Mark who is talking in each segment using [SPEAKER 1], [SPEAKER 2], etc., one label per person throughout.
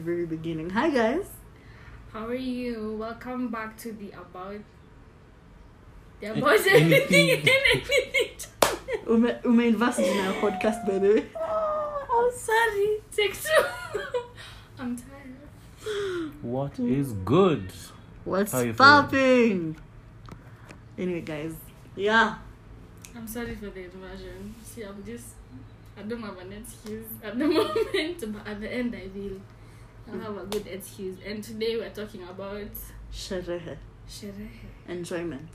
[SPEAKER 1] very beginning. Hi guys.
[SPEAKER 2] How are you? Welcome back to the about the
[SPEAKER 3] A-
[SPEAKER 2] about everything and
[SPEAKER 3] anything.
[SPEAKER 2] anything.
[SPEAKER 1] Ume, umeinvest in our podcast by the way.
[SPEAKER 2] Oh, I'm sorry. Take two. I'm tired.
[SPEAKER 3] What is good?
[SPEAKER 1] What's
[SPEAKER 3] How you feeling?
[SPEAKER 1] popping? Anyway guys. Yeah.
[SPEAKER 2] I'm sorry for the inversion. See, I'm just I don't have an excuse at the moment, but at the end I will. I'll have a good excuse. And today we're talking about
[SPEAKER 1] Sherehe.
[SPEAKER 2] sherehe,
[SPEAKER 1] Enjoyment.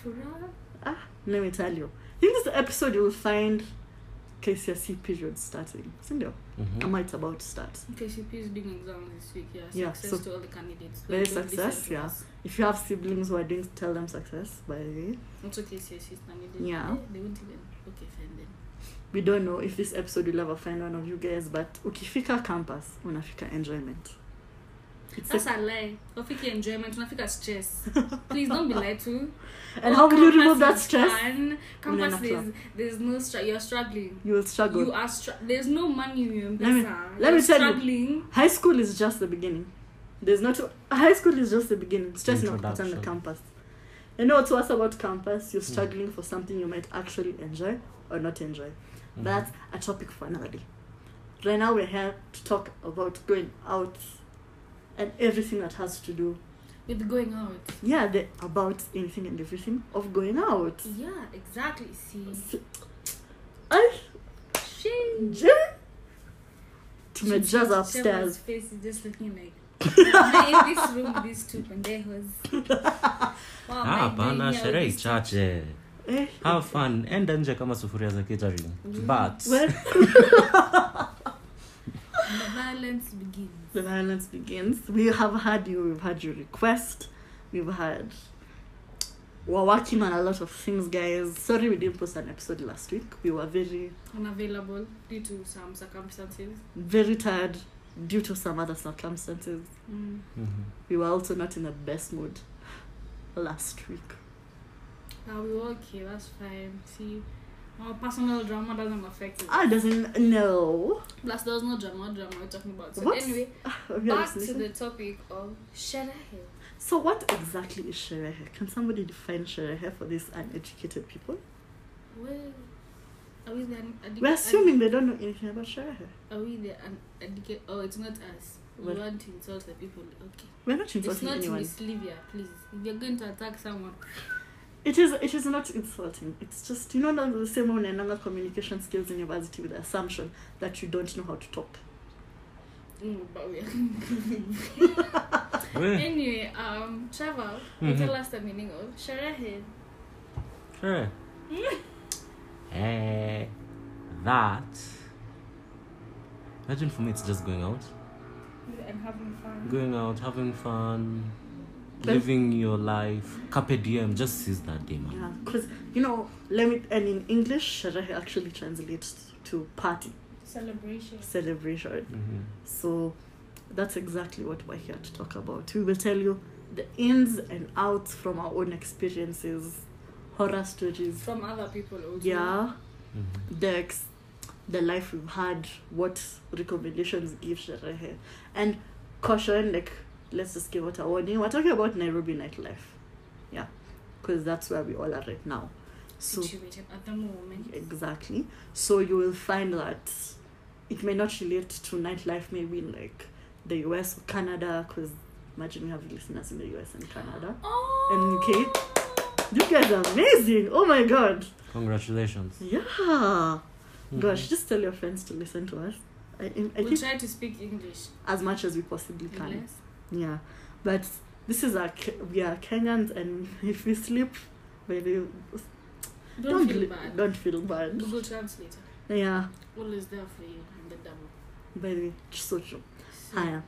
[SPEAKER 2] furaha.
[SPEAKER 1] Ah, let me tell you. In this episode you'll find KCSE period starting. Sindio?
[SPEAKER 3] Mhm.
[SPEAKER 1] Ama it's about to start.
[SPEAKER 2] KCP is doing exams this week. Yeah,
[SPEAKER 1] Yeah,
[SPEAKER 2] success
[SPEAKER 1] so-
[SPEAKER 2] to all the candidates.
[SPEAKER 1] Very
[SPEAKER 2] Don't listen
[SPEAKER 1] success,
[SPEAKER 2] to
[SPEAKER 1] yeah.
[SPEAKER 2] us.
[SPEAKER 1] If you have siblings who are doing tell them success by the way.
[SPEAKER 2] It's okay, sis. It's not needed.
[SPEAKER 1] Yeah.
[SPEAKER 2] Eh, They won't even. Okay, fine then.
[SPEAKER 1] We don't know if this episode will ever find one of you guys, but ukifika campus, unafika enjoyment. It's a-
[SPEAKER 2] That's a lie. Unafika enjoyment, unafika stress. Please don't be lied to.
[SPEAKER 1] and
[SPEAKER 2] Oh,
[SPEAKER 1] how will you
[SPEAKER 2] campus
[SPEAKER 1] remove that
[SPEAKER 2] is
[SPEAKER 1] stress?
[SPEAKER 2] Fun. Campus
[SPEAKER 1] Unanafla.
[SPEAKER 2] is there's no stress. You're struggling.
[SPEAKER 1] You will struggle.
[SPEAKER 2] You are str- there's no money in your
[SPEAKER 1] Oh, Let me-
[SPEAKER 2] M-Pesa.
[SPEAKER 1] let me
[SPEAKER 2] You're
[SPEAKER 1] tell you.
[SPEAKER 2] struggling.
[SPEAKER 1] High school is just the beginning. There's not high school is just the beginning. Stress not put on the
[SPEAKER 3] Introduction.
[SPEAKER 1] campus. You know what's worse about campus? You're struggling for something you might actually enjoy or not enjoy.
[SPEAKER 3] Hmm.
[SPEAKER 1] That's a topic for another day. Right now we're here to talk about going out and everything that has to do.
[SPEAKER 2] with going out.
[SPEAKER 1] Yeah, the about anything and everything of going out.
[SPEAKER 2] Yeah, exactly. See,
[SPEAKER 1] S- I
[SPEAKER 2] she.
[SPEAKER 1] J tumejaza upstairs.
[SPEAKER 2] face is just looking like. "Why in this room with these two pendejos. Wow,
[SPEAKER 3] Ah, Hapana, sherehe
[SPEAKER 2] Sherehe.
[SPEAKER 3] ichache.
[SPEAKER 1] Eh,
[SPEAKER 3] Have fun. Enda nje kama sufuria za catering. But
[SPEAKER 1] Mm-hmm. well,
[SPEAKER 2] The violence begins.
[SPEAKER 1] the violence begins. We have had you, we've had your request, we've had. We're working on a lot of things, guys. Sorry we didn't post an episode last week. We were very,
[SPEAKER 2] Unavailable due to some circumstances.
[SPEAKER 1] very tired due to some other circumstances.
[SPEAKER 2] Mm.
[SPEAKER 3] Mhm.
[SPEAKER 1] We were also not in the best mood last week.
[SPEAKER 2] Now we were okay, that's fine. See, our personal drama doesn't affect it.
[SPEAKER 1] I doesn't know.
[SPEAKER 2] Plus, there was no drama, drama we're talking about. So,
[SPEAKER 1] What?
[SPEAKER 2] anyway,
[SPEAKER 1] Have you
[SPEAKER 2] back
[SPEAKER 1] listened?
[SPEAKER 2] to the topic of Sherehe.
[SPEAKER 1] So, what exactly is sherehe? Can somebody define sherehe for these uneducated people?
[SPEAKER 2] Well, are we the uneducated?
[SPEAKER 1] We're assuming they don't know anything about sherehe.
[SPEAKER 2] Are we the uneducated? Oh, it's not us. We
[SPEAKER 1] Well-
[SPEAKER 2] want to insult the people. Okay.
[SPEAKER 1] We're not
[SPEAKER 2] It's
[SPEAKER 1] insulting
[SPEAKER 2] not
[SPEAKER 1] anyone.
[SPEAKER 2] Miss Livia, please. If you're going to attack someone,
[SPEAKER 1] It is. It is not insulting. It's just you know not the same way another communication skills in university with the assumption that you don't know how to talk.
[SPEAKER 2] mm, but we
[SPEAKER 3] Weh,
[SPEAKER 2] Anyway, um, Trevor, you
[SPEAKER 3] Mhm.
[SPEAKER 1] Mm-hmm.
[SPEAKER 2] tell us the meaning of Sherehe.
[SPEAKER 3] sure. Eh, that. Imagine for me, it's just going out,
[SPEAKER 2] And having fun.
[SPEAKER 3] going out, having fun,
[SPEAKER 1] Then-
[SPEAKER 3] living your life. Carpe diem. Just seize that day, man.
[SPEAKER 1] Yeah, because you know, let me. And in English, sherehe actually translates to party
[SPEAKER 2] Celebration.
[SPEAKER 1] celebration.
[SPEAKER 3] Mhm.
[SPEAKER 1] So that's exactly what we're here to talk about. We will tell you the ins and outs from our own experiences, horror stories.
[SPEAKER 2] From other people also.
[SPEAKER 1] Yeah.
[SPEAKER 3] Mhm.
[SPEAKER 1] the ex- the life we've had, what recommendations give Sherehe, and caution like let's just give out a warning. We're talking about Nairobi nightlife, yeah, because that's where we all are right now. So
[SPEAKER 2] Situated at the moment.
[SPEAKER 1] exactly, so you will find that it may not relate to nightlife maybe in like the US or Canada, because imagine we have listeners in the US and Canada.
[SPEAKER 2] Oh.
[SPEAKER 1] And You guys are amazing! Oh my god,
[SPEAKER 3] Congratulations.
[SPEAKER 1] yeah.
[SPEAKER 3] Mhm.
[SPEAKER 1] Gosh, just tell your friends to listen to us. I, I
[SPEAKER 2] We'll
[SPEAKER 1] think
[SPEAKER 2] try to speak English.
[SPEAKER 1] as much as we possibly can.
[SPEAKER 2] Unless
[SPEAKER 1] Yeah, but this is our Ke- we are Kenyans, and if we sleep, maybe
[SPEAKER 2] Don't, feel
[SPEAKER 1] li-
[SPEAKER 2] bad.
[SPEAKER 1] Don't feel bad.
[SPEAKER 2] Google Translator.
[SPEAKER 1] Yeah,
[SPEAKER 2] All is there for you and the double.
[SPEAKER 1] baby, so true.
[SPEAKER 2] So,
[SPEAKER 1] Haya.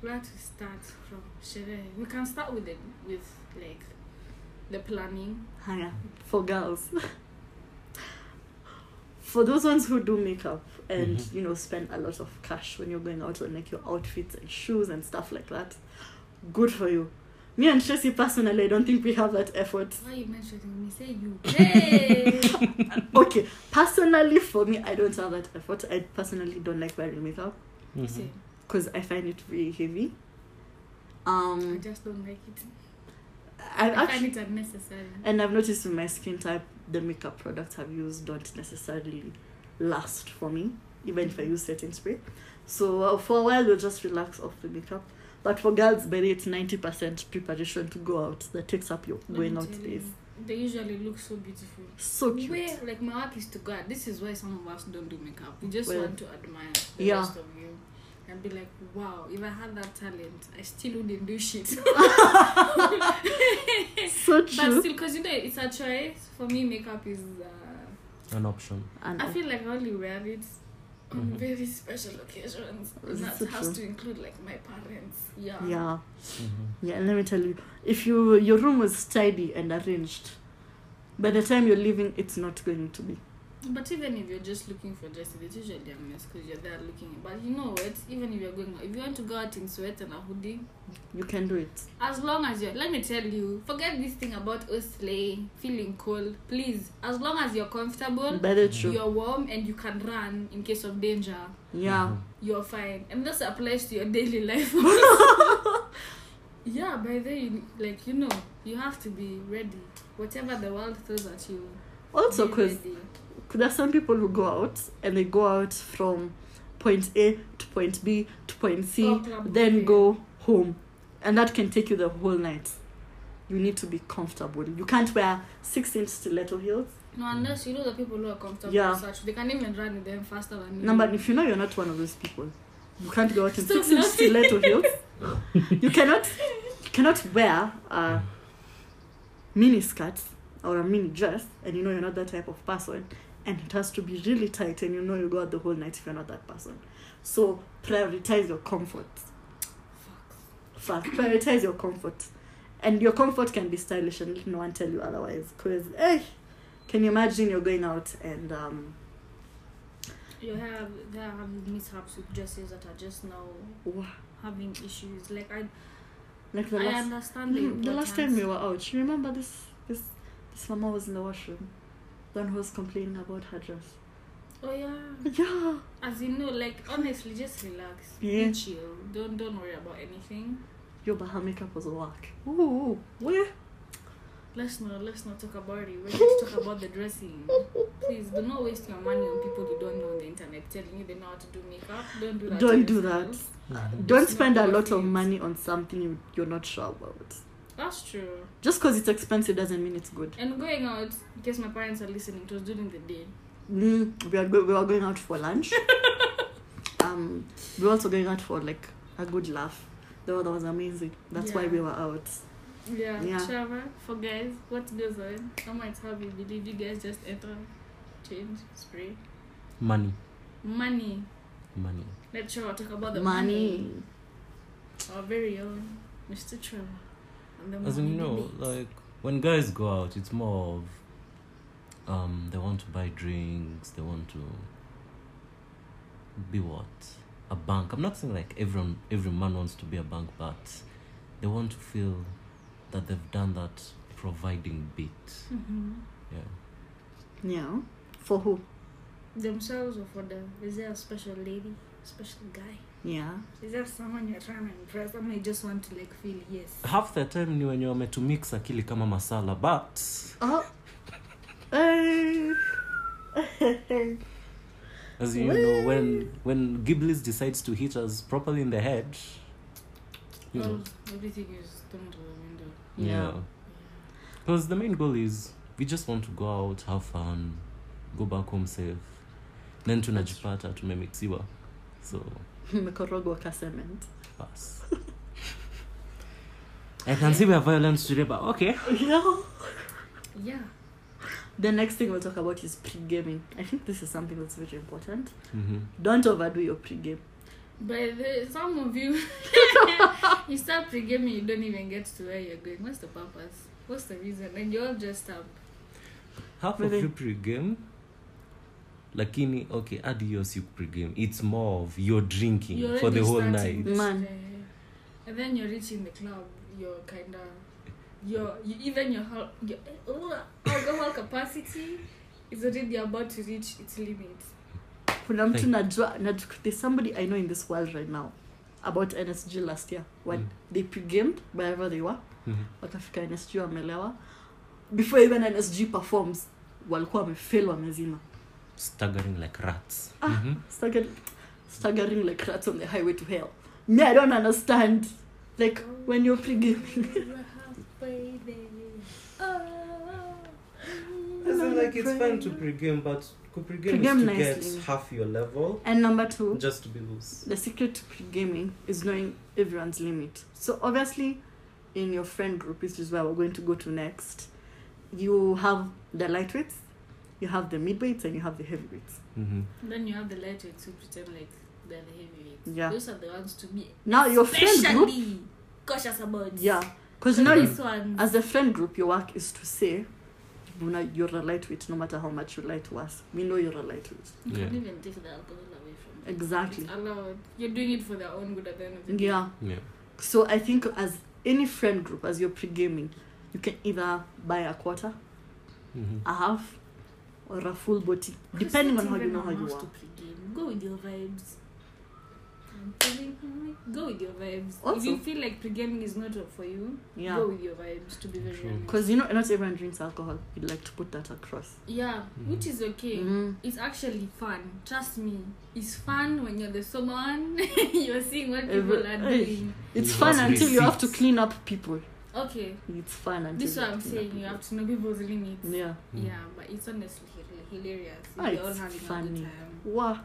[SPEAKER 2] where to start from Sherehe? We can start with the, with like the planning.
[SPEAKER 1] Haya for girls. for those ones who do makeup and
[SPEAKER 3] Mhm.
[SPEAKER 1] you know spend a lot of cash when you're going out on like your outfits and shoes and stuff like that, good for you. Me and Tracy personally, I don't think we have that effort.
[SPEAKER 2] Why are you mentioning me? Say you. Hey!
[SPEAKER 1] okay personally for me i don't have that effort i personally don't like wearing makeup
[SPEAKER 3] Mhm.
[SPEAKER 2] Same.
[SPEAKER 1] because I find it really heavy.
[SPEAKER 2] I
[SPEAKER 1] Um,
[SPEAKER 2] just don't like it.
[SPEAKER 1] I
[SPEAKER 2] I
[SPEAKER 1] actually
[SPEAKER 2] find it unnecessary.
[SPEAKER 1] and I've noticed with my skin type, the makeup products I've used don't necessarily last for me, even if I use setting spray. So uh, for a while, you'll just relax off the makeup. But for girls, by the way, it's ninety percent preparation to go out that takes up your
[SPEAKER 2] Let
[SPEAKER 1] going
[SPEAKER 2] me
[SPEAKER 1] out
[SPEAKER 2] tell
[SPEAKER 1] days.
[SPEAKER 2] you, They usually look so beautiful.
[SPEAKER 1] So cute.
[SPEAKER 2] Where, like my work is to God. This is why some of us don't do makeup. We just
[SPEAKER 1] Well,
[SPEAKER 2] want to admire the
[SPEAKER 1] yeah.
[SPEAKER 2] rest of you and be like, wow, if I had that talent, I still wouldn't do shit.
[SPEAKER 1] So true.
[SPEAKER 2] But still, because you know, it's a choice. For me, makeup is. Uh,
[SPEAKER 3] an option.
[SPEAKER 1] And
[SPEAKER 2] I feel like I only wear it on
[SPEAKER 3] Mhm.
[SPEAKER 2] very special occasions. And
[SPEAKER 1] This
[SPEAKER 2] that
[SPEAKER 1] Mm-hmm. is
[SPEAKER 2] has
[SPEAKER 1] true.
[SPEAKER 2] to include like my parents. Yeah.
[SPEAKER 1] yeah,
[SPEAKER 3] Mhm.
[SPEAKER 1] yeah. Let me tell you, if you your room was tidy and arranged, by the time you're leaving, it's not going to be.
[SPEAKER 2] But even if you're just looking for dresses, it's usually a mess because you're there looking. But you know what? Even if you're going, out, if you want to go out in sweat and a hoodie,
[SPEAKER 1] You can do it.
[SPEAKER 2] as long as you're, let me tell you, forget this thing about Osley feeling cold. Please, as long as you're comfortable,
[SPEAKER 1] Better true.
[SPEAKER 2] you're warm, and you can run in case of danger.
[SPEAKER 1] Yeah.
[SPEAKER 2] you're fine. And this applies to your daily life. yeah, by then, you, like, you know, you have to be ready. Whatever the world throws at you.
[SPEAKER 1] Also,
[SPEAKER 2] be
[SPEAKER 1] cause
[SPEAKER 2] ready.
[SPEAKER 1] there are some people who go out and they go out from point A to point B to point C,
[SPEAKER 2] Oh, club
[SPEAKER 1] then
[SPEAKER 2] day.
[SPEAKER 1] go home, and that can take you the whole night. You need to be comfortable. You can't wear six-inch stiletto heels.
[SPEAKER 2] No, unless you know the people who are comfortable
[SPEAKER 1] Hmm. Yeah.
[SPEAKER 2] with such, they can even run with them faster than you.
[SPEAKER 1] Number, if you know you're not one of those people, you can't go out in
[SPEAKER 2] Stop
[SPEAKER 1] six-inch
[SPEAKER 2] laughing.
[SPEAKER 1] stiletto heels. You cannot, you cannot wear a mini skirt or a mini dress, and you know you're not that type of person, and it has to be really tight, and you know you go out the whole night if you're not that person. So prioritize your comfort. First, prioritize your comfort, and your comfort can be stylish, and let no one tell you otherwise. Cause eh, can you imagine you're going out and um,
[SPEAKER 2] You have, there are mishaps with dresses that are just now
[SPEAKER 1] wha-
[SPEAKER 2] having issues. Like, I,
[SPEAKER 1] like the
[SPEAKER 2] I
[SPEAKER 1] last
[SPEAKER 2] understand
[SPEAKER 1] Mm,
[SPEAKER 2] the
[SPEAKER 1] the last time we
[SPEAKER 2] importance.
[SPEAKER 1] were out, you remember this this this mama was in the washroom. Then who was complaining about her dress.
[SPEAKER 2] Oh, yeah.
[SPEAKER 1] Yeah.
[SPEAKER 2] As you know, like honestly, just relax,
[SPEAKER 1] Yeah.
[SPEAKER 2] be chill. Don't don't worry about anything.
[SPEAKER 1] Yo, but her makeup was whack. Ooh, where?
[SPEAKER 2] Let's not let's not talk about it. We're here to talk about the dressing. Please do not waste your money on people you don't know on the internet telling you they know how to do makeup. Don't do that. to
[SPEAKER 1] Don't do that.
[SPEAKER 2] yourself.
[SPEAKER 3] Mm-hmm.
[SPEAKER 1] Don't
[SPEAKER 2] It's
[SPEAKER 1] spend a
[SPEAKER 2] not
[SPEAKER 1] lot
[SPEAKER 2] worth
[SPEAKER 1] of
[SPEAKER 2] it.
[SPEAKER 1] money on something you, you're not sure about.
[SPEAKER 2] That's true.
[SPEAKER 1] Just because it's expensive doesn't mean it's good.
[SPEAKER 2] And going out, in case my parents are listening, it was during the day.
[SPEAKER 1] Mm, we, are go- we were going out for lunch. um, we were also going out for like a good laugh. The weather was amazing. That's why
[SPEAKER 2] Yeah.
[SPEAKER 1] we were out.
[SPEAKER 2] Yeah.
[SPEAKER 1] Yeah.
[SPEAKER 2] Shower for guys. What goes on? How much have you believe you guys just enter, change, spray,
[SPEAKER 3] Money.
[SPEAKER 2] money.
[SPEAKER 3] Money.
[SPEAKER 2] Let's sure talk about the
[SPEAKER 1] Money.
[SPEAKER 2] Our very own Mr. Trevor. And the
[SPEAKER 3] As in, you
[SPEAKER 2] money
[SPEAKER 3] know,
[SPEAKER 2] debate.
[SPEAKER 3] like when guys go out, it's more of um they want to buy drinks, they want to be what a bank. I'm not saying like everyone every man wants to be a bank, but they want to feel that they've done that providing bit.
[SPEAKER 2] Mhm.
[SPEAKER 3] Yeah,
[SPEAKER 1] Yeah. For who?
[SPEAKER 2] themselves or for them? Is there a special lady, special guy?
[SPEAKER 1] Yeah.
[SPEAKER 2] Is there someone you're trying to impress? I may just want to like feel yes.
[SPEAKER 3] half the time ni wenye wametumix akili kama masala, but
[SPEAKER 1] Oh. Hey.
[SPEAKER 3] as you know, when when Ghiblis decides to hit us properly in the head, you know.
[SPEAKER 2] Um, everything is thrown to the window.
[SPEAKER 1] Yeah.
[SPEAKER 3] Because the main goal is we just want to go out, have fun, go back home safe. Then tunajipata tumemexiwa. So,
[SPEAKER 1] Mkorogo kasement.
[SPEAKER 3] pass. I can see we are violent today, but okay.
[SPEAKER 1] Yeah.
[SPEAKER 2] Yeah.
[SPEAKER 1] The next thing we'll talk about is pre-gaming. I think this is something that's very important.
[SPEAKER 3] Mm-hmm.
[SPEAKER 1] Don't overdo your pre-game.
[SPEAKER 2] But the, some of you, you start pre-gaming, you don't even get to where you're going. What's the purpose? What's the reason? And you're all dressed up.
[SPEAKER 3] Half
[SPEAKER 1] Really?
[SPEAKER 3] of you pre-game, lakini okay, hadi hiyo si pre-game. It's more of you're drinking
[SPEAKER 2] You're
[SPEAKER 3] for the
[SPEAKER 2] already
[SPEAKER 3] whole
[SPEAKER 2] starting
[SPEAKER 3] night.
[SPEAKER 2] this
[SPEAKER 1] Man.
[SPEAKER 2] day. And then you're reaching the club, you're kind of, your you, even your, hal- your uh, alcohol capacity is already about to reach its limit.
[SPEAKER 1] Kuna mtu
[SPEAKER 3] Thank-
[SPEAKER 1] najua, najua, there's somebody I know in this world right now about nsg last year when they pregamed wherever they were
[SPEAKER 3] Mm-hmm.
[SPEAKER 1] wakafika nsg wamelewa before even nsg performs walikuwa wamefel wamezima
[SPEAKER 3] staggering like rats
[SPEAKER 1] Ah.
[SPEAKER 3] Mhm.
[SPEAKER 1] Stagger- staggering like rats on the highway to hell me i don't understand like when you're pregaming
[SPEAKER 4] As in, like, it's fun to
[SPEAKER 1] Pregame.
[SPEAKER 4] pregame, but pregame is
[SPEAKER 1] Pregame
[SPEAKER 4] to
[SPEAKER 1] nicely.
[SPEAKER 4] get half your level
[SPEAKER 1] and number two
[SPEAKER 4] just to be loose.
[SPEAKER 1] the secret to pre-gaming is knowing everyone's limit so obviously in your friend group which is where we're going to go to next you have the lightweights you have the midweights and you have the heavyweights
[SPEAKER 3] Mhm.
[SPEAKER 2] Then you have the lightweights who pretend like they're the heavyweights.
[SPEAKER 1] Yeah.
[SPEAKER 2] Those are the ones to be
[SPEAKER 1] now your friend group
[SPEAKER 2] especially cautious about.
[SPEAKER 1] yeah because
[SPEAKER 2] But
[SPEAKER 1] now you,
[SPEAKER 2] these ones,
[SPEAKER 1] as a friend group your work is to say Buna, you're a lightweight no matter how much you lie to us we know you're a lightweight
[SPEAKER 2] you
[SPEAKER 3] Yeah.
[SPEAKER 2] can't even take the alcohol away from them.
[SPEAKER 1] exactly
[SPEAKER 2] It's allowed. You're doing it for their own good at the end of the day.
[SPEAKER 1] yeah
[SPEAKER 3] yeah
[SPEAKER 1] So I think as any friend group, as you're pre-gaming, you can either buy a quarter,
[SPEAKER 3] Mhm.
[SPEAKER 1] a half, or a full body, depending on how you know how you
[SPEAKER 2] To
[SPEAKER 1] are.
[SPEAKER 2] pregame. Go with your vibes. I'm telling you, Go with your vibes. if
[SPEAKER 1] Also-
[SPEAKER 2] you feel like pregaming is not for you, go
[SPEAKER 1] Yeah,
[SPEAKER 2] with your vibes. To be very
[SPEAKER 3] True.
[SPEAKER 2] honest.
[SPEAKER 1] because you know not everyone drinks alcohol. We'd like to put that across.
[SPEAKER 2] Yeah,
[SPEAKER 3] Mhm.
[SPEAKER 2] which is okay.
[SPEAKER 1] Mm.
[SPEAKER 2] It's actually fun. Trust me. It's fun when you're the sober one. you're seeing what people
[SPEAKER 1] Every-
[SPEAKER 2] are
[SPEAKER 1] eh.
[SPEAKER 2] doing.
[SPEAKER 1] It's
[SPEAKER 3] You
[SPEAKER 1] fun
[SPEAKER 3] must
[SPEAKER 1] until you have to
[SPEAKER 3] resist.
[SPEAKER 1] clean up people.
[SPEAKER 2] Okay.
[SPEAKER 1] It's fun until.
[SPEAKER 2] This is
[SPEAKER 1] you
[SPEAKER 2] what
[SPEAKER 1] have
[SPEAKER 2] I'm
[SPEAKER 1] to clean
[SPEAKER 2] saying.
[SPEAKER 1] up
[SPEAKER 2] You have to know people's limits.
[SPEAKER 1] people. Yeah.
[SPEAKER 3] Mm.
[SPEAKER 2] Yeah, but it's honestly hila- hilarious.
[SPEAKER 1] Ah,
[SPEAKER 2] We're
[SPEAKER 1] it's
[SPEAKER 2] all having a
[SPEAKER 1] funny.
[SPEAKER 2] good time.
[SPEAKER 1] Wow.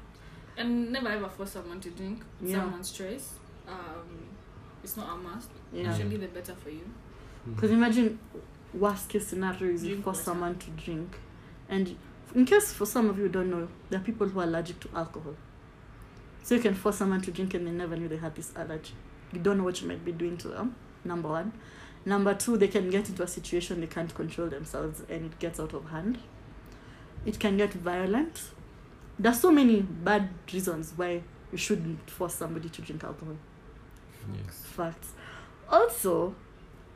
[SPEAKER 2] And never ever force someone to drink. It's
[SPEAKER 1] Yeah.
[SPEAKER 2] Someone's choice. Um, it's not a must.
[SPEAKER 1] Yeah.
[SPEAKER 2] Usually, the better for you.
[SPEAKER 3] Mm-hmm.
[SPEAKER 1] Because imagine worst case scenario is you
[SPEAKER 2] Drink
[SPEAKER 1] force
[SPEAKER 2] water.
[SPEAKER 1] someone to drink, and in case for some of you don't know, there are people who are allergic to alcohol. So you can force someone to drink and they never knew they had this allergy. You don't know what you might be doing to them. Number one, number two, they can get into a situation they can't control themselves and it gets out of hand. It can get violent. There's so many bad reasons why you shouldn't force somebody to drink alcohol
[SPEAKER 3] yes
[SPEAKER 1] facts. Also,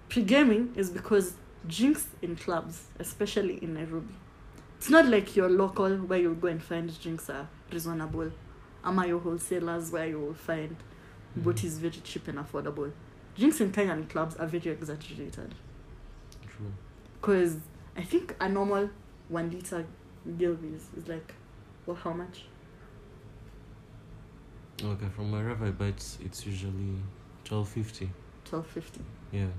[SPEAKER 1] pre-gaming is because drinks in clubs, especially in Nairobi, it's not like your local where you'll go and find drinks are reasonable. Ama your wholesalers where you will find
[SPEAKER 3] Mhm.
[SPEAKER 1] what is very cheap and affordable. Drinks in Kenyan clubs are very exaggerated
[SPEAKER 3] True.
[SPEAKER 1] because I think a normal one liter Gilby's is like, well, how much?
[SPEAKER 3] okay from wherever i bet it's usually 1250
[SPEAKER 1] Twelve fifty.
[SPEAKER 3] yeah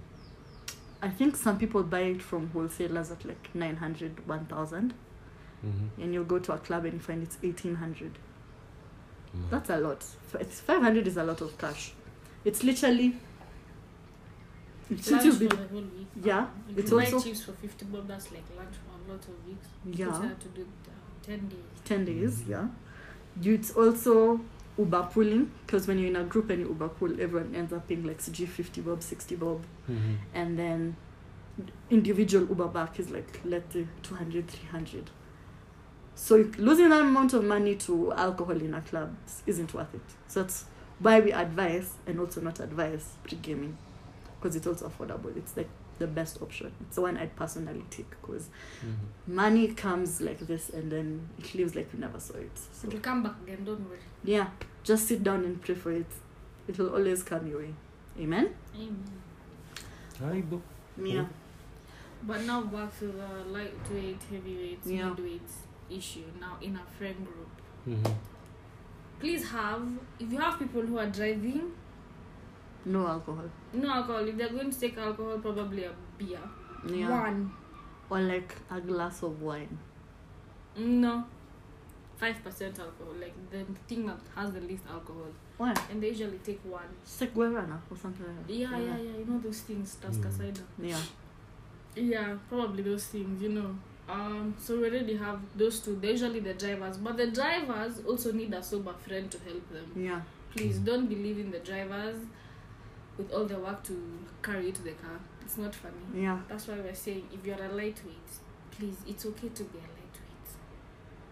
[SPEAKER 1] I think some people buy it from wholesalers at like 900, 1000.
[SPEAKER 3] mm-hmm.
[SPEAKER 1] and you'll go to a club and you find it's 1800
[SPEAKER 3] Mm-hmm.
[SPEAKER 1] that's a lot F- it's 500 is a lot of cash it's literally since
[SPEAKER 2] Lunch
[SPEAKER 1] you've
[SPEAKER 2] for
[SPEAKER 1] been
[SPEAKER 2] the whole week.
[SPEAKER 1] Yeah,
[SPEAKER 2] You
[SPEAKER 1] it's
[SPEAKER 2] can buy
[SPEAKER 1] also-
[SPEAKER 2] chips for fifty bob. That's like lunch for a lot of weeks. Because I
[SPEAKER 1] yeah
[SPEAKER 2] have to do it, uh, ten days.
[SPEAKER 1] 10 days yeah you it's also uber pooling because when you're in a group and you uber pool everyone ends up paying like cg 50 bob 60 bob
[SPEAKER 3] mm-hmm.
[SPEAKER 1] and then individual uber back is like let's say 200 300 so you- losing that amount of money to alcohol in a club isn't worth it so that's why we advise and also not advise pre-gaming because it's also affordable it's like the best option it's the one i'd personally take because
[SPEAKER 3] Mm-hmm.
[SPEAKER 1] money comes like this and then it leaves like you never saw it so
[SPEAKER 2] It'll come back again. Don't worry.
[SPEAKER 1] yeah just sit down and pray for it it will always come your way amen
[SPEAKER 2] Amen.
[SPEAKER 3] Hi, bo-
[SPEAKER 1] yeah
[SPEAKER 2] But now back to the lightweight, heavyweight,
[SPEAKER 1] Yeah.
[SPEAKER 2] midweight issue. Now in a friend group,
[SPEAKER 3] mm-hmm.
[SPEAKER 2] please have if you have people who are driving,
[SPEAKER 1] no alcohol
[SPEAKER 2] no alcohol. If they're going to take alcohol, probably a beer.
[SPEAKER 1] yeah
[SPEAKER 2] One,
[SPEAKER 1] or like a glass of wine.
[SPEAKER 2] no, five percent alcohol. Like the thing that has the least alcohol,
[SPEAKER 1] Why?
[SPEAKER 2] and they usually take one.
[SPEAKER 1] It's like guarana or something like that.
[SPEAKER 2] Yeah, yeah, yeah. You know those things, Taska
[SPEAKER 3] Mm.
[SPEAKER 2] cider.
[SPEAKER 1] Yeah.
[SPEAKER 2] Yeah, probably those things, you know. Um, so we already have those two. They're usually the drivers, but the drivers also need a sober friend to help them.
[SPEAKER 1] Yeah.
[SPEAKER 2] Please don't believe in the drivers with all the work to carry you to the car. It's not funny.
[SPEAKER 1] Yeah.
[SPEAKER 2] That's why we're saying if you're a lightweight, please, it's okay to be a lightweight.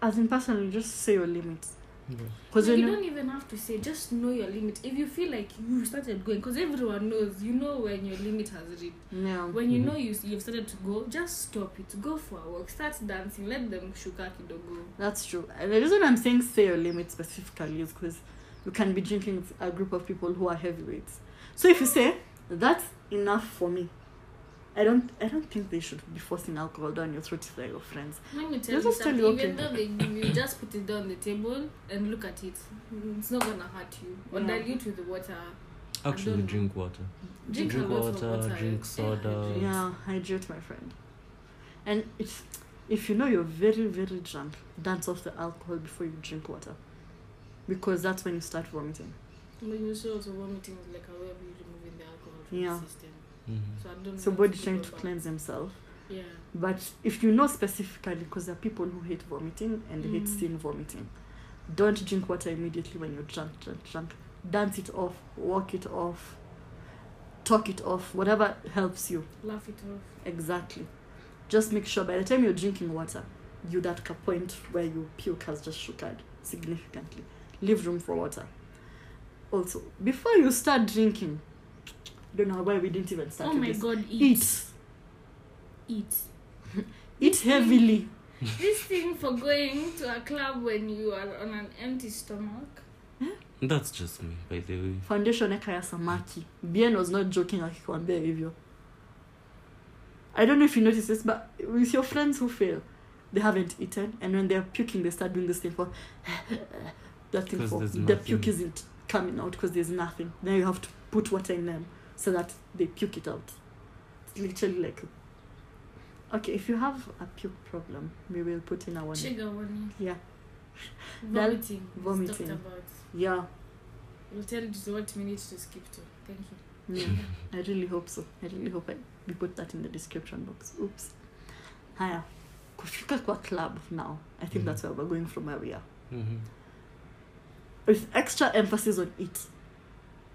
[SPEAKER 1] As in personally, just say your limits.
[SPEAKER 3] Yeah.
[SPEAKER 1] Because
[SPEAKER 2] Like,
[SPEAKER 1] when
[SPEAKER 2] you
[SPEAKER 1] you
[SPEAKER 2] don't even have to say, just know your limit. If you feel like you started going, because everyone knows, you know when your limit has reached.
[SPEAKER 1] yeah.
[SPEAKER 2] When you
[SPEAKER 3] Mhm.
[SPEAKER 2] know you, you've started to go, just stop it. Go for a walk. Start dancing. Let them shuka kidogo.
[SPEAKER 1] That's true. And the reason I'm saying say your limits specifically is because you can be drinking with a group of people who are heavyweights. So if you say that's enough for me, I don't I don't think they should be forcing alcohol down your throat if they're your friends.
[SPEAKER 2] Let me tell
[SPEAKER 1] Let
[SPEAKER 2] you
[SPEAKER 1] us tell
[SPEAKER 2] something.
[SPEAKER 1] you,
[SPEAKER 2] Even
[SPEAKER 1] okay.
[SPEAKER 2] though they give you, just put it down the table and look at it. It's not gonna hurt you. Or
[SPEAKER 1] Yeah.
[SPEAKER 2] dilute with the water.
[SPEAKER 3] Actually,
[SPEAKER 2] don't-
[SPEAKER 3] drink water.
[SPEAKER 2] Drink,
[SPEAKER 3] Drink
[SPEAKER 2] a lot
[SPEAKER 3] water,
[SPEAKER 2] of water.
[SPEAKER 3] drink soda.
[SPEAKER 2] Yeah.
[SPEAKER 1] Yeah, hydrate my friend. And if if you know you're very, very drunk, dance off the alcohol before you drink water. Because that's when you start vomiting.
[SPEAKER 2] When you show also vomiting is like a way of you removing the alcohol from
[SPEAKER 1] Yeah
[SPEAKER 2] the system.
[SPEAKER 3] Mhm.
[SPEAKER 2] So I don't.
[SPEAKER 1] So
[SPEAKER 2] want
[SPEAKER 1] body
[SPEAKER 2] to
[SPEAKER 1] trying
[SPEAKER 2] go
[SPEAKER 1] to
[SPEAKER 2] back.
[SPEAKER 1] cleanse themselves.
[SPEAKER 2] Yeah.
[SPEAKER 1] But if you know specifically, because there are people who hate vomiting and hate
[SPEAKER 2] Mm.
[SPEAKER 1] seeing vomiting, don't drink water immediately when you're drunk, drunk, drunk. Dance it off, walk it off, talk it off, whatever helps you.
[SPEAKER 2] Laugh it off.
[SPEAKER 1] Exactly. Just make sure by the time you're drinking water, you're at a point where your puke has just sugared significantly. Leave room for water. Also, before you start drinking, I don't know why we didn't even start
[SPEAKER 2] Oh
[SPEAKER 1] with
[SPEAKER 2] my
[SPEAKER 1] this.
[SPEAKER 2] God! Eat.
[SPEAKER 1] Eat.
[SPEAKER 2] Eat.
[SPEAKER 1] Eat heavily.
[SPEAKER 2] this thing for going to a club when you are on an empty stomach.
[SPEAKER 3] That's just me, by the way.
[SPEAKER 1] Foundation eka ya samaki. Bien was not joking akikwambia hivyo. I don't know if you notice this, but with your friends who fail, they haven't eaten, and when they're puking, they start doing this thing for that thing
[SPEAKER 3] 'Cause
[SPEAKER 1] for
[SPEAKER 3] there's
[SPEAKER 1] the
[SPEAKER 3] nothing.
[SPEAKER 1] puke isn't coming out because there's nothing. Then you have to put water in them so that they puke it out. It's literally like okay. If you have a puke problem, we will put in a warning.
[SPEAKER 2] Trigger warning.
[SPEAKER 1] Yeah.
[SPEAKER 2] Vomiting. is
[SPEAKER 1] vomiting.
[SPEAKER 2] Talked about.
[SPEAKER 1] Yeah,
[SPEAKER 2] We'll tell you what we need to skip to. Thank you.
[SPEAKER 1] yeah. I really hope so. I really hope I, we put that in the description box. Oops. Haya. Kufika kwa club now. I think
[SPEAKER 3] Mhm.
[SPEAKER 1] that's where we're going from where we are.
[SPEAKER 3] Mhm.
[SPEAKER 1] With extra emphasis on eat.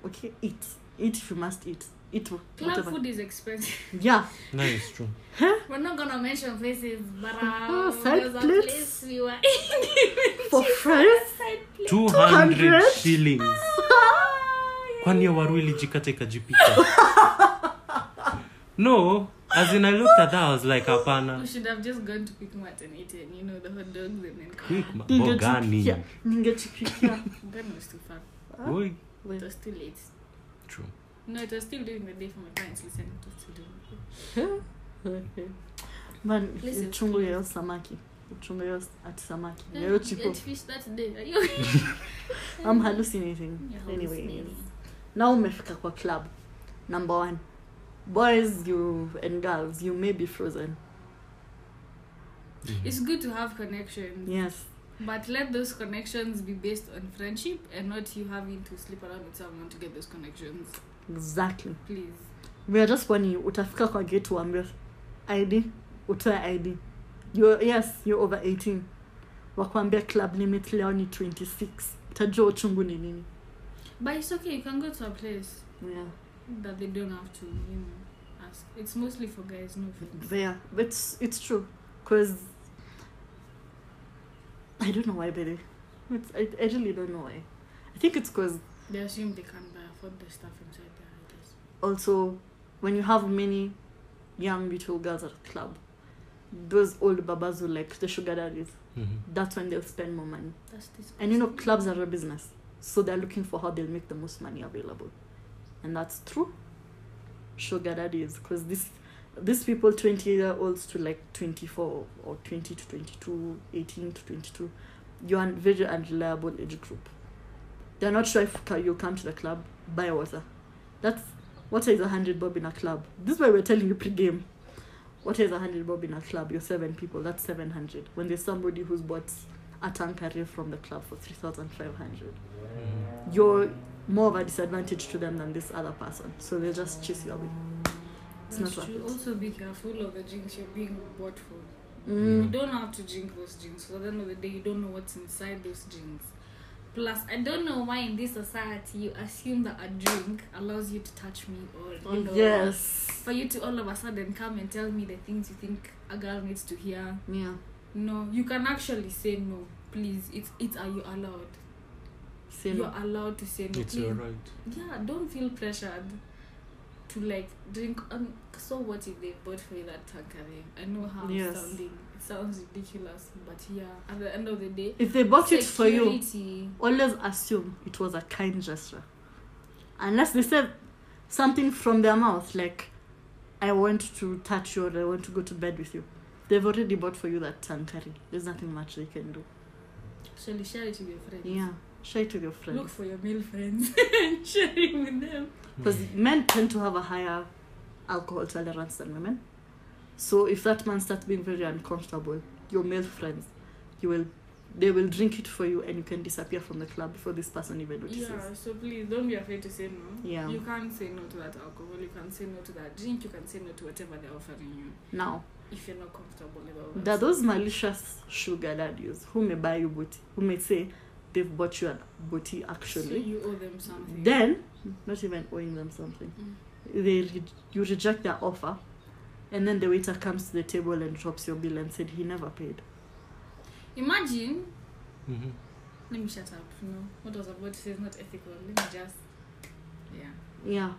[SPEAKER 1] Okay? Eat. Eat if you must eat. Eat wh-
[SPEAKER 2] Club
[SPEAKER 1] whatever.
[SPEAKER 2] food is expensive.
[SPEAKER 1] Yeah.
[SPEAKER 3] No, it's true.
[SPEAKER 2] We're not gonna mention places, but uh,
[SPEAKER 1] Ah, side
[SPEAKER 2] there's a
[SPEAKER 1] plates?
[SPEAKER 2] place we were in.
[SPEAKER 1] For friends?
[SPEAKER 2] Side plate.
[SPEAKER 3] 200
[SPEAKER 1] 200?
[SPEAKER 3] shillings. kwani yo waru ilijikata ikajipika no as in i looked at that i was like
[SPEAKER 2] We
[SPEAKER 3] hapana
[SPEAKER 2] should have just gone to Quick Mart and eaten, you know, the hot dogs and then.
[SPEAKER 3] Quick ma-
[SPEAKER 1] Ningechukia.
[SPEAKER 3] bogani
[SPEAKER 1] Ningechukia.
[SPEAKER 2] Gun was too far.
[SPEAKER 3] Oi,
[SPEAKER 1] Wait.
[SPEAKER 2] It was too late.
[SPEAKER 3] true
[SPEAKER 2] No, it was still during the day for my parents. Listen, it was still doing.
[SPEAKER 1] Okay. Man,
[SPEAKER 2] Listen. Eh,
[SPEAKER 1] uchungu ya hiyo samaki. Uchungu ya hiyo ati samaki. Na hiyo
[SPEAKER 2] You
[SPEAKER 1] chipo.
[SPEAKER 2] ate fish that day. Are you?
[SPEAKER 1] I'm hallucinating.
[SPEAKER 2] eh. You're
[SPEAKER 1] Anyways.
[SPEAKER 2] hallucinating.
[SPEAKER 1] now umefika kwa club number one boys you and girls you may be frozen
[SPEAKER 3] Mhm.
[SPEAKER 2] It's good to have connections,
[SPEAKER 1] yes
[SPEAKER 2] but let those connections be based on friendship and not you having to sleep around with someone to get those connections.
[SPEAKER 1] exactly
[SPEAKER 2] Please.
[SPEAKER 1] we are just warning you utafika kwa gate uambie id utoe id you're, yes you're over 18 wakuambia club limit leo ni 26 utajua uchungu ni nini
[SPEAKER 2] But it's okay, you can go to a place
[SPEAKER 1] yeah.
[SPEAKER 2] that they don't have to, you know, ask. It's mostly for guys, no offense.
[SPEAKER 1] there it's, it's true because i don't know why baby it's, I, I really don't know why i think it's because
[SPEAKER 2] They assume they can buy afford the stuff inside their houses.
[SPEAKER 1] also when you have many young beautiful girls at a club those old babas who like the sugar daddies
[SPEAKER 3] Mhm.
[SPEAKER 1] that's when they'll spend more money
[SPEAKER 2] That's this.
[SPEAKER 1] and you know clubs are a business so they're looking for how they'll make the most money available and that's true sugar daddies because this these people 20 year olds to like 24 or 20 to 22 18 to 22 you're a very unreliable age group they're not sure if ca- you'll come to the club buy water that's water is a hundred bob in a club this is why we're telling you pre-game water is a hundred bob in a club you're seven people that's 700 when there's somebody who's bought a tanker from the club for 3500
[SPEAKER 3] Mhm.
[SPEAKER 1] you're more of a disadvantage to them than this other person. So they just chase you away. It's not
[SPEAKER 2] That's
[SPEAKER 1] worth
[SPEAKER 2] true.
[SPEAKER 1] it.
[SPEAKER 2] Also, be careful of the drinks you're being bought for. You
[SPEAKER 1] Mm.
[SPEAKER 2] don't have to drink those drinks. So at the end of the day, you don't know what's inside those drinks. Plus, I don't know why in this society you assume that a drink allows you to touch me or you know,
[SPEAKER 1] Yes.
[SPEAKER 2] for you to all of a sudden come and tell me the things you think a girl needs to hear.
[SPEAKER 1] Yeah.
[SPEAKER 2] No, you can actually say no. Please, it's it's are you allowed?
[SPEAKER 1] Same.
[SPEAKER 2] You're allowed to say no.
[SPEAKER 3] it's
[SPEAKER 2] Please.
[SPEAKER 3] your right
[SPEAKER 2] Yeah, don't feel pressured to to like drink. Um, so what if they bought me that tankare? I know how
[SPEAKER 1] Yes.
[SPEAKER 2] it's sounding. It sounds ridiculous, but yeah. At the end of the day,
[SPEAKER 1] If they bought it for you,
[SPEAKER 2] security-
[SPEAKER 1] always assume it was a kind gesture. Unless they said something from their mouth, like, I want to touch you or I want to go to bed with you. They've already bought for you that tankari. There's nothing much they can do.
[SPEAKER 2] Surely share it with your friends.
[SPEAKER 1] Yeah. Share it with your
[SPEAKER 2] Look
[SPEAKER 1] friends.
[SPEAKER 2] for your male friends and share it with them.
[SPEAKER 1] Because men tend to have a higher alcohol tolerance than women. So if that man starts being very uncomfortable, your male friends, you will they will drink it for you and you can disappear from the club before this person even notices.
[SPEAKER 2] Yeah, so please don't be afraid to say no.
[SPEAKER 1] Yeah.
[SPEAKER 2] You can say no to that alcohol, you can say no to that drink, you can say no to whatever they're offering you
[SPEAKER 1] Now
[SPEAKER 2] if you're not comfortable with all
[SPEAKER 1] There are
[SPEAKER 2] that.
[SPEAKER 1] those malicious sugar daddies who may buy you booty, who may say they've bought you a booty
[SPEAKER 2] So
[SPEAKER 1] actually.
[SPEAKER 2] you owe them something.
[SPEAKER 1] Then, not even owing them something, they re- you reject their offer, and then the waiter comes to the table and drops your bill and said he never paid.
[SPEAKER 2] Imagine.
[SPEAKER 3] Mhm.
[SPEAKER 2] Let me shut up. No, what I was about to say is not ethical. Let me just. Yeah.
[SPEAKER 1] Yeah.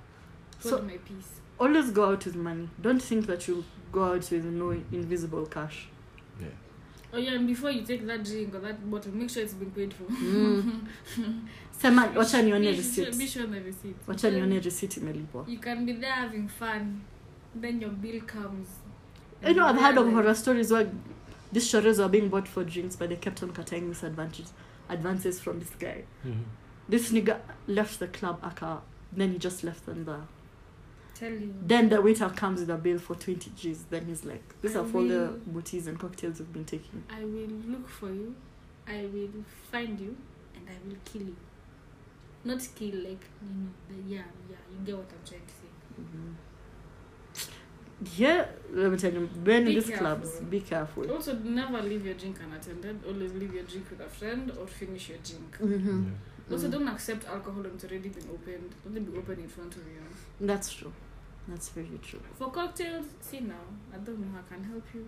[SPEAKER 2] Hold
[SPEAKER 1] So-
[SPEAKER 2] my peace.
[SPEAKER 1] Always go out with money. Don't think that you go out with no invisible cash.
[SPEAKER 3] Yeah.
[SPEAKER 2] Oh yeah, and before you take that drink or that bottle, make sure it's been paid for.
[SPEAKER 1] Mm. Sema, wacha nione
[SPEAKER 2] Be sure- Be
[SPEAKER 1] receipt.
[SPEAKER 2] sure on the receipt.
[SPEAKER 1] Wacha
[SPEAKER 2] Then
[SPEAKER 1] nione receipt imelipwa.
[SPEAKER 2] You can be there having fun, then your bill comes.
[SPEAKER 1] You know, I've heard of
[SPEAKER 2] And-
[SPEAKER 1] horror stories where these chores were being bought for drinks, but they kept on cutting disadvantages advances from this guy.
[SPEAKER 3] Mhm.
[SPEAKER 1] This nigga left the club, aka, then he just left them there.
[SPEAKER 2] Tell you.
[SPEAKER 1] Then the waiter comes with a bill for 20 G's. Then he's like, these
[SPEAKER 2] I
[SPEAKER 1] are for the
[SPEAKER 2] will-
[SPEAKER 1] booties and cocktails we've been taking.
[SPEAKER 2] I will look for you, I will find you, and I will kill you. Not kill, like, you know, the, yeah, yeah, you get what I'm trying to say.
[SPEAKER 1] Mm-hmm. Yeah, let me tell you, when in
[SPEAKER 2] Be
[SPEAKER 1] these
[SPEAKER 2] careful.
[SPEAKER 1] clubs, be careful.
[SPEAKER 2] Also, never leave your drink unattended. Always leave your drink with a friend or finish your drink.
[SPEAKER 1] hmm
[SPEAKER 3] Yeah.
[SPEAKER 2] Also, don't accept alcohol when it's already been opened. Don't let it be opened in front of you.
[SPEAKER 1] That's true. That's very true.
[SPEAKER 2] For cocktails, see now, I don't know how I can help you.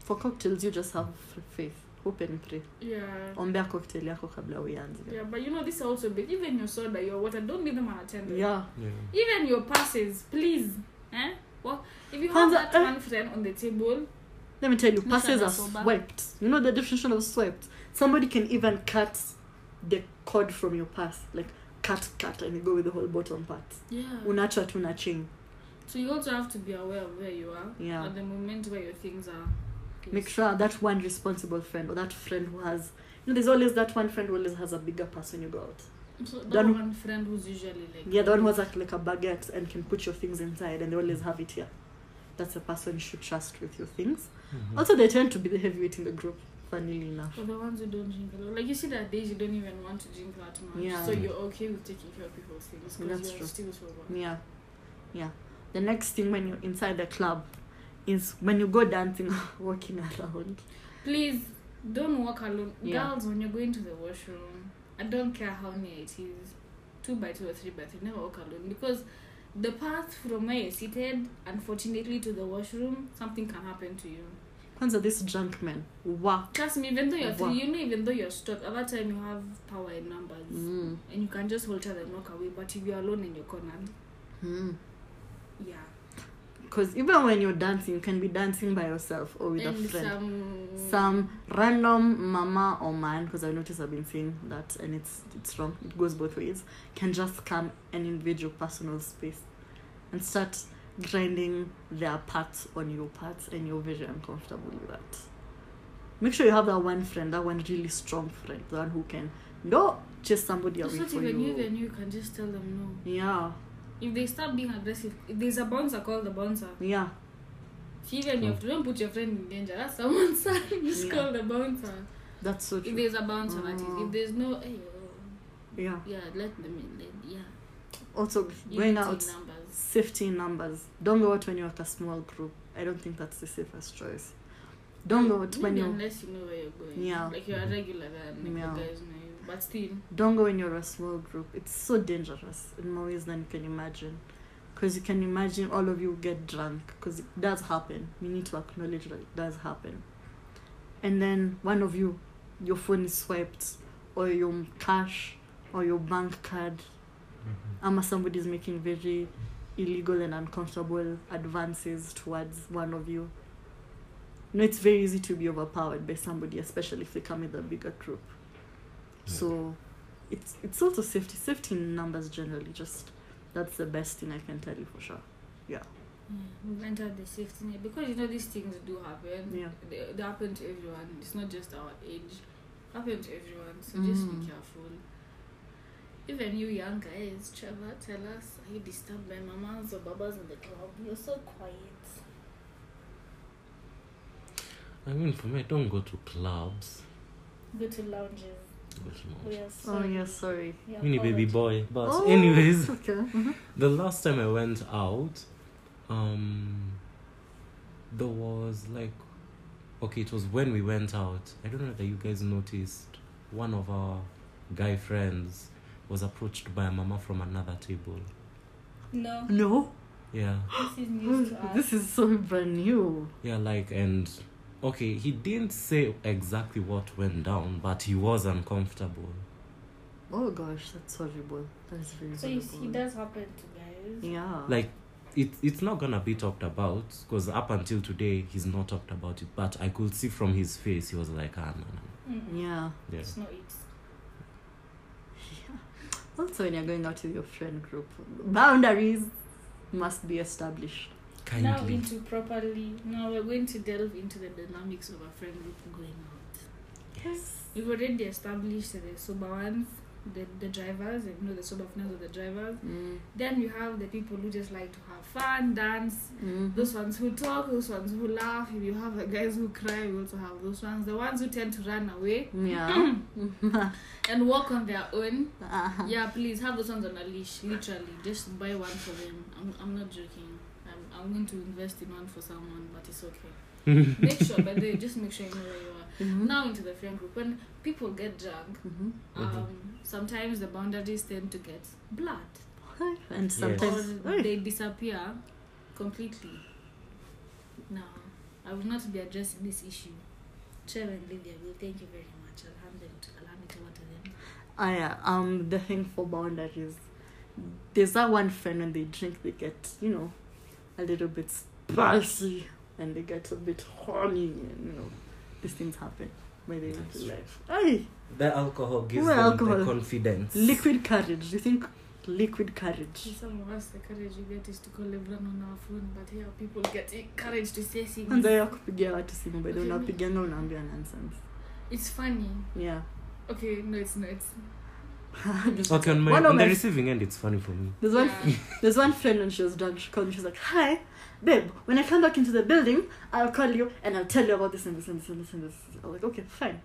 [SPEAKER 1] For cocktails, you just have f- faith, hope and pray.
[SPEAKER 2] Yeah.
[SPEAKER 1] Ombea cocktail yako kabla uianze.
[SPEAKER 2] Oh, Yeah, but you know, this are also big. Even your soda, your water, don't leave them unattended.
[SPEAKER 1] Yeah.
[SPEAKER 3] Yeah.
[SPEAKER 2] Even your passes, please. Eh? Well, if you have
[SPEAKER 1] Kwanza,
[SPEAKER 2] that
[SPEAKER 1] eh.
[SPEAKER 2] one friend on the table,
[SPEAKER 1] Let me tell you,
[SPEAKER 2] Mr.
[SPEAKER 1] passes are
[SPEAKER 2] Nasoba.
[SPEAKER 1] swiped. You know the definition of swiped? Somebody can even cut the cord from your pass. Like, cut, cut, and you go with the whole bottom part.
[SPEAKER 2] yeah.
[SPEAKER 1] Unacha tu na ching.
[SPEAKER 2] So you also have to be aware of where you are
[SPEAKER 1] Yeah.
[SPEAKER 2] at the moment where your things are.
[SPEAKER 1] Make sure that one responsible friend or that friend who has. You know, there's always that one friend who always has a bigger pass when you go out.
[SPEAKER 2] So that
[SPEAKER 1] Then-
[SPEAKER 2] one friend who's usually like.
[SPEAKER 1] Yeah, the one who has like, like a baguette and can put your things inside and they always have it here. That's the person you should trust with your things.
[SPEAKER 3] Mhm.
[SPEAKER 1] Also, they tend to be the heavyweight in the group, funnily enough.
[SPEAKER 2] Or the ones who don't drink a lot. Like you see that days you don't even want to drink that much.
[SPEAKER 1] Yeah.
[SPEAKER 2] So you're okay with taking care of people's things because
[SPEAKER 1] That's
[SPEAKER 2] you're
[SPEAKER 1] true.
[SPEAKER 2] still sober.
[SPEAKER 1] Yeah, yeah. The next thing when you're inside the club is when you go dancing, walking around.
[SPEAKER 2] Please don't walk alone.
[SPEAKER 1] Yeah.
[SPEAKER 2] Girls, when you're going to the washroom, I don't care how near it is, two by two or three by three, never walk alone because the path from where you're seated, unfortunately, to the washroom, something can happen to you.
[SPEAKER 1] Kwanza this drunk man, wow.
[SPEAKER 2] Trust me, even though you're
[SPEAKER 1] Wow.
[SPEAKER 2] three, you know, even though you're stuck, at that time you have power in numbers
[SPEAKER 1] Mm.
[SPEAKER 2] and you can just hold her and walk away. But if you're alone in your corner,
[SPEAKER 1] Mm.
[SPEAKER 2] yeah,
[SPEAKER 1] Cause even when you're dancing, you can be dancing by yourself or with
[SPEAKER 2] and
[SPEAKER 1] a friend.
[SPEAKER 2] some,
[SPEAKER 1] Some random mama or man, because I noticed I've been saying that and it's it's wrong. It goes both ways. Can just come and invade your personal space and start grinding their parts on your parts, and you're very uncomfortable with that. Make sure you have that one friend, that one really strong friend, the one who can no chase somebody
[SPEAKER 2] it's
[SPEAKER 1] away
[SPEAKER 2] not
[SPEAKER 1] for
[SPEAKER 2] even you,
[SPEAKER 1] you.
[SPEAKER 2] then you can just tell them no.
[SPEAKER 1] Yeah,
[SPEAKER 2] If they start being aggressive, if there's a bouncer, call the bouncer.
[SPEAKER 1] yeah.
[SPEAKER 2] If even
[SPEAKER 3] True.
[SPEAKER 2] if you don't put your friend in danger, that's someone's son. Just
[SPEAKER 1] Yeah.
[SPEAKER 2] call the bouncer.
[SPEAKER 1] That's so
[SPEAKER 2] If
[SPEAKER 1] true.
[SPEAKER 2] there's a bouncer, that is.
[SPEAKER 1] Mm.
[SPEAKER 2] If there's no, eh, oh,
[SPEAKER 1] Yeah.
[SPEAKER 2] yeah, let them in. Let, yeah,
[SPEAKER 1] Also, going
[SPEAKER 2] Unity
[SPEAKER 1] out
[SPEAKER 2] numbers.
[SPEAKER 1] safety numbers. Don't go out when you're like a small group. I don't think that's the safest choice. Don't go out when
[SPEAKER 2] Maybe
[SPEAKER 1] you're
[SPEAKER 2] unless you know where you're going.
[SPEAKER 1] Yeah.
[SPEAKER 2] Like you're a regular then like
[SPEAKER 1] Yeah.
[SPEAKER 2] the guys know you. But still,
[SPEAKER 1] don't go when you're a small group. It's so dangerous in more ways than you can imagine. Because you can imagine all of you get drunk. Because it does happen. We need to acknowledge that it does happen. And then one of you, your phone is swiped, or your cash, or your bank card,
[SPEAKER 3] Mhm.
[SPEAKER 1] ama somebody's making very illegal and uncomfortable advances towards one of you. You know, it's very easy to be overpowered by somebody, especially if they come with a bigger group. So it's it's also safety. Safety in numbers generally, just that's the best thing I can tell you for sure.
[SPEAKER 2] We've entered the safety net because you know these things do happen.
[SPEAKER 1] Yeah.
[SPEAKER 2] They, they happen to everyone. It's not just our age. Happen to everyone. So just be
[SPEAKER 1] Mm.
[SPEAKER 2] careful. Even you young guys, Trevor, tell us are you disturbed by mamas or babas in the club? You're so quiet.
[SPEAKER 3] I mean, for me, I don't go to clubs.
[SPEAKER 2] Go to lounges.
[SPEAKER 3] Go to lounge.
[SPEAKER 2] We are
[SPEAKER 1] Oh
[SPEAKER 2] sorry. Mm-hmm.
[SPEAKER 1] yeah, sorry.
[SPEAKER 2] We are
[SPEAKER 3] Mini baby
[SPEAKER 2] forward.
[SPEAKER 3] boy. But
[SPEAKER 1] oh,
[SPEAKER 3] anyways,
[SPEAKER 1] okay.
[SPEAKER 3] the last time I went out, um, there was like, okay, it was when we went out. I don't know whether you guys noticed. One of our guy friends was approached by a mama from another table.
[SPEAKER 2] No,
[SPEAKER 1] No,
[SPEAKER 3] Yeah.
[SPEAKER 2] this is news to us.
[SPEAKER 1] this is so brand new.
[SPEAKER 3] Yeah, like, and okay, he didn't say exactly what went down, but he was uncomfortable.
[SPEAKER 1] Oh gosh, that's horrible. That's very
[SPEAKER 2] So you see,
[SPEAKER 1] horrible.
[SPEAKER 2] it does happen to guys.
[SPEAKER 1] yeah.
[SPEAKER 3] Like, it, it's not gonna be talked about because up until today, he's not talked about it. But I could see from his face, he was like, ah, no, no, no.
[SPEAKER 2] Mm.
[SPEAKER 1] yeah.
[SPEAKER 3] Yeah.
[SPEAKER 2] It's not it.
[SPEAKER 1] Also, when you're going out with your friend group, boundaries must be established.
[SPEAKER 2] Now
[SPEAKER 3] Kindly.
[SPEAKER 2] into properly. Now we're going to delve into the dynamics of our friend group going out.
[SPEAKER 1] Yes.
[SPEAKER 2] We've already established the sober ones, the, the drivers, and you know the sober friends of the drivers.
[SPEAKER 1] Mm.
[SPEAKER 2] Then you have the people who just like to have fun, dance.
[SPEAKER 1] Mm.
[SPEAKER 2] Those ones who talk, those ones who laugh. If you have the guys who cry, you also have those ones. The ones who tend to run away
[SPEAKER 1] Yeah.
[SPEAKER 2] and walk on their own.
[SPEAKER 1] Uh-huh.
[SPEAKER 2] Yeah, please have those ones on a leash. Literally, just buy one for them. I'm, I'm not joking. I'm, I'm going to invest in one for someone, but it's okay. make sure, but they just make sure you know where you are.
[SPEAKER 1] Mhm.
[SPEAKER 2] Now into the friend group, when people get drunk,
[SPEAKER 1] Mhm.
[SPEAKER 2] um, sometimes the boundaries tend to get blurred
[SPEAKER 1] And
[SPEAKER 2] or
[SPEAKER 1] sometimes Hey.
[SPEAKER 2] they disappear completely. Now, I will not be addressing this issue. Trevor and Lydia will thank you very much. I'll hand them to, I'll hand it over to them.
[SPEAKER 1] Ah, yeah. Um, the thing for boundaries. There's that one friend when they drink, they get you know, a little bit spicy, and they get a bit horny, and you know, these things happen when they live
[SPEAKER 3] That's true.
[SPEAKER 1] life. Hey,
[SPEAKER 4] The alcohol gives
[SPEAKER 1] Well,
[SPEAKER 4] them
[SPEAKER 1] alcohol.
[SPEAKER 4] the confidence.
[SPEAKER 1] liquid courage. You think liquid courage?
[SPEAKER 2] Some of us, the courage we get is to call everyone on our phone, but here people get the courage to say
[SPEAKER 1] Kwanza
[SPEAKER 2] things.
[SPEAKER 1] ya kupigia watu simu by the way,
[SPEAKER 2] Okay.
[SPEAKER 1] unapiganga unaambia nonsense.
[SPEAKER 2] It's funny.
[SPEAKER 1] Yeah.
[SPEAKER 2] Okay, no, it's not.
[SPEAKER 1] Just-
[SPEAKER 3] Okay, on, my,
[SPEAKER 1] One of
[SPEAKER 3] on the
[SPEAKER 1] my-
[SPEAKER 3] receiving end, it's funny for me.
[SPEAKER 1] There's one
[SPEAKER 2] Yeah.
[SPEAKER 1] There's one friend when she was drunk, she called me, she was like, Hi, babe, when I come back into the building, I'll call you and I'll tell you about this and this and this and this and this. I was like, Okay, fine.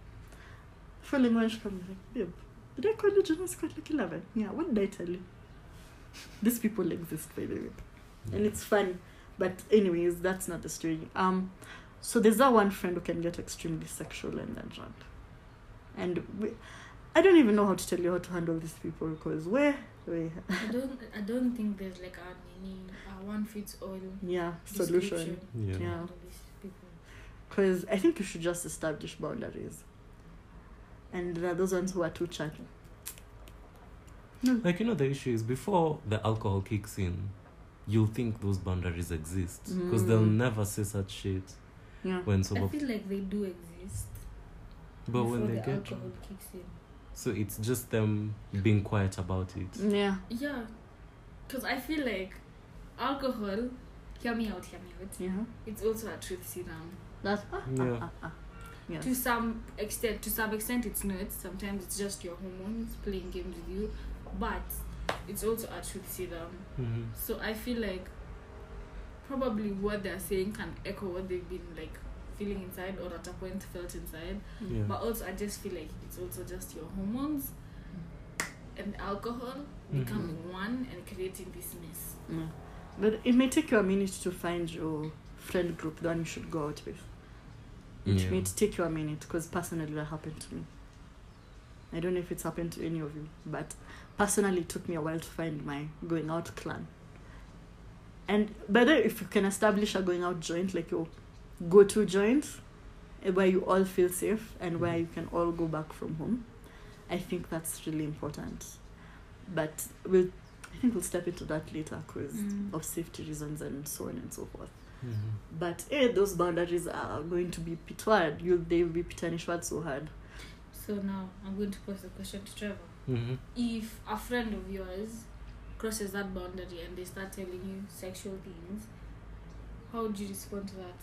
[SPEAKER 1] Following when she comes, like, Babe, did I call you during squad like 11? Yeah, what did I tell you? These people exist, by the way. And it's funny. But, anyways, that's not the story. Um, So, there's that one friend who can get extremely sexual and then drunk. And we, I don't even know how to tell you how to handle these people because where, where,
[SPEAKER 2] I don't, I don't think there's like a nini, a one fits all
[SPEAKER 1] yeah, solution.
[SPEAKER 2] description.
[SPEAKER 3] Yeah.
[SPEAKER 1] Yeah.
[SPEAKER 2] to these people.
[SPEAKER 1] Because I think you should just establish boundaries. And there are those ones who are too chatty.
[SPEAKER 3] Like, you know, the issue is before the alcohol kicks in, you'll think those boundaries exist because they'll
[SPEAKER 1] Mm.
[SPEAKER 3] never say such shit
[SPEAKER 1] Yeah.
[SPEAKER 3] when sober.
[SPEAKER 2] I feel like they do exist.
[SPEAKER 3] but
[SPEAKER 2] before
[SPEAKER 3] when they
[SPEAKER 2] the
[SPEAKER 3] get
[SPEAKER 2] alcohol
[SPEAKER 3] drunk,
[SPEAKER 2] kicks in.
[SPEAKER 3] so it's just them being quiet about it.
[SPEAKER 1] Yeah.
[SPEAKER 2] Yeah, because I feel like alcohol. Hear me out. Hear me out.
[SPEAKER 1] Yeah.
[SPEAKER 2] It's also a truth serum.
[SPEAKER 1] That's ah,
[SPEAKER 3] Yeah.
[SPEAKER 1] ah, ah, ah. Yes.
[SPEAKER 2] To some extent, to some extent, it's not. Sometimes it's just your hormones playing games with you, but it's also a truth serum.
[SPEAKER 3] Mm-hmm.
[SPEAKER 2] So I feel like probably what they're saying can echo what they've been like feeling inside or at a point felt inside.
[SPEAKER 3] Yeah.
[SPEAKER 2] But also, I just feel like it's also just your hormones and alcohol
[SPEAKER 3] Mhm.
[SPEAKER 2] becoming one and creating this mess.
[SPEAKER 1] Yeah. Mm. But it may take you a minute to find your friend group, the one you should go out with. It
[SPEAKER 3] Yeah.
[SPEAKER 1] may take you a minute because personally that happened to me. I don't know if it's happened to any of you, but personally it took me a while to find my going out clan. And better if you can establish a going out joint, like your go to joint, eh, where you all feel safe and where you can all go back from home, I think that's really important. But we'll I think we'll step into that later because
[SPEAKER 2] Mm.
[SPEAKER 1] of safety reasons and so on and so forth.
[SPEAKER 3] Mhm.
[SPEAKER 1] But eh, those boundaries are going to be pitward. You they will be pitanishwad so hard.
[SPEAKER 2] So now I'm going to pose the question to Trevor.
[SPEAKER 3] Mhm.
[SPEAKER 2] If a friend of yours crosses that boundary and they start telling you sexual things, how would you respond to that?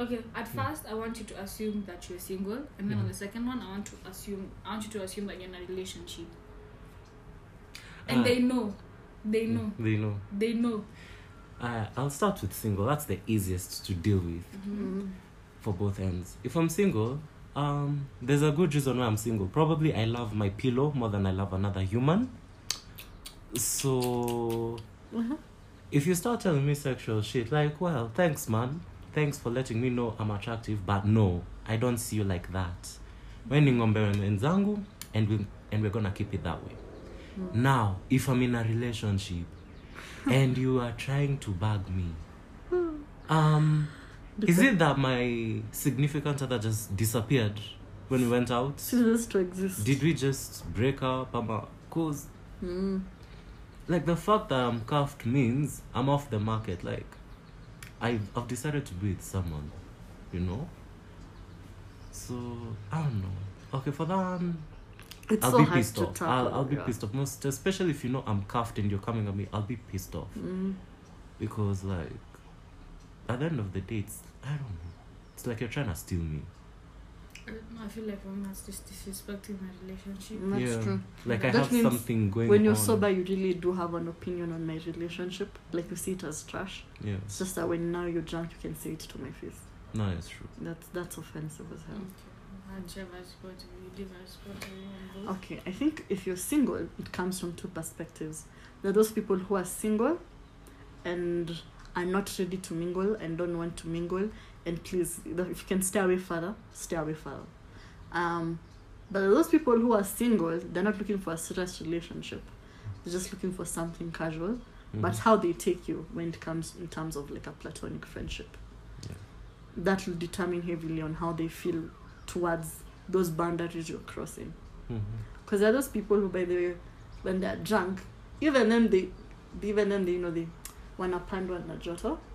[SPEAKER 2] Okay, at
[SPEAKER 3] Hmm.
[SPEAKER 2] first I want you to uh, assume that you're single, and then on
[SPEAKER 3] Mhm.
[SPEAKER 2] the second one I want to assume I want you to assume that you're in a relationship. And
[SPEAKER 3] Ah.
[SPEAKER 2] they know. They know.
[SPEAKER 3] They know.
[SPEAKER 2] They know.
[SPEAKER 3] Uh, I'll start with single. That's the easiest to deal with
[SPEAKER 1] Mm.
[SPEAKER 3] for both ends. If I'm single, um, there's a good reason why I'm single. Probably I love my pillow more than I love another human. So
[SPEAKER 1] Uh-huh.
[SPEAKER 3] if you start telling me sexual shit, like, well, thanks, man. Thanks for letting me know I'm attractive, but no, I don't see you like that. We're ni ng'ombe wenzangu, and we and we're gonna keep it that way. Now, if I'm in a relationship and you are trying to bug me, um, is it that my significant other just disappeared when we went out?
[SPEAKER 1] Ceases to exist.
[SPEAKER 3] Did we just break up? Ama? Cause
[SPEAKER 1] Mm.
[SPEAKER 3] like the fact that I'm cuffed means I'm off the market. Like, I've, I've decided to be with someone, you know? So, I don't know. Okay, for that, um,
[SPEAKER 1] It's
[SPEAKER 3] I'll
[SPEAKER 1] so
[SPEAKER 3] be
[SPEAKER 1] hard
[SPEAKER 3] pissed
[SPEAKER 1] to
[SPEAKER 3] off.
[SPEAKER 1] tackle.
[SPEAKER 3] I'll, I'll be
[SPEAKER 1] yeah.
[SPEAKER 3] pissed off. Most, especially if you know I'm cuffed and you're coming at me, I'll be pissed off.
[SPEAKER 1] Mm.
[SPEAKER 3] Because, like, at the end of the day, it's, I don't know. It's like you're trying to steal me.
[SPEAKER 2] I don't know, I feel like I'm not just disrespecting my relationship.
[SPEAKER 1] Mm, That's
[SPEAKER 3] Yeah.
[SPEAKER 1] true.
[SPEAKER 3] Like, I
[SPEAKER 1] That
[SPEAKER 3] have
[SPEAKER 1] means
[SPEAKER 3] something going on.
[SPEAKER 1] When you're sober, you really do have an opinion on my relationship. Like you see it as trash.
[SPEAKER 3] Yeah.
[SPEAKER 1] It's just that when now you're drunk, you can say it to my face.
[SPEAKER 3] No, it's true.
[SPEAKER 1] That's that's offensive as hell.
[SPEAKER 2] And Trevor's going to be Trevor's going to be on both.
[SPEAKER 1] Okay, I think if you're single, it comes from two perspectives. There are those people who are single and are not ready to mingle and don't want to mingle, and please, if you can stay away further, stay away further. Um, but there are those people who are single, they're not looking for a serious relationship, they're just looking for something casual. but
[SPEAKER 3] Mhm.
[SPEAKER 1] how they take you when it comes in terms of like a platonic friendship
[SPEAKER 3] Yeah.
[SPEAKER 1] that will determine heavily on how they feel towards those boundaries you're crossing
[SPEAKER 3] Mhm.
[SPEAKER 1] because there are those people who by the way when they're drunk even then they even then they you know they wanapandwa na joto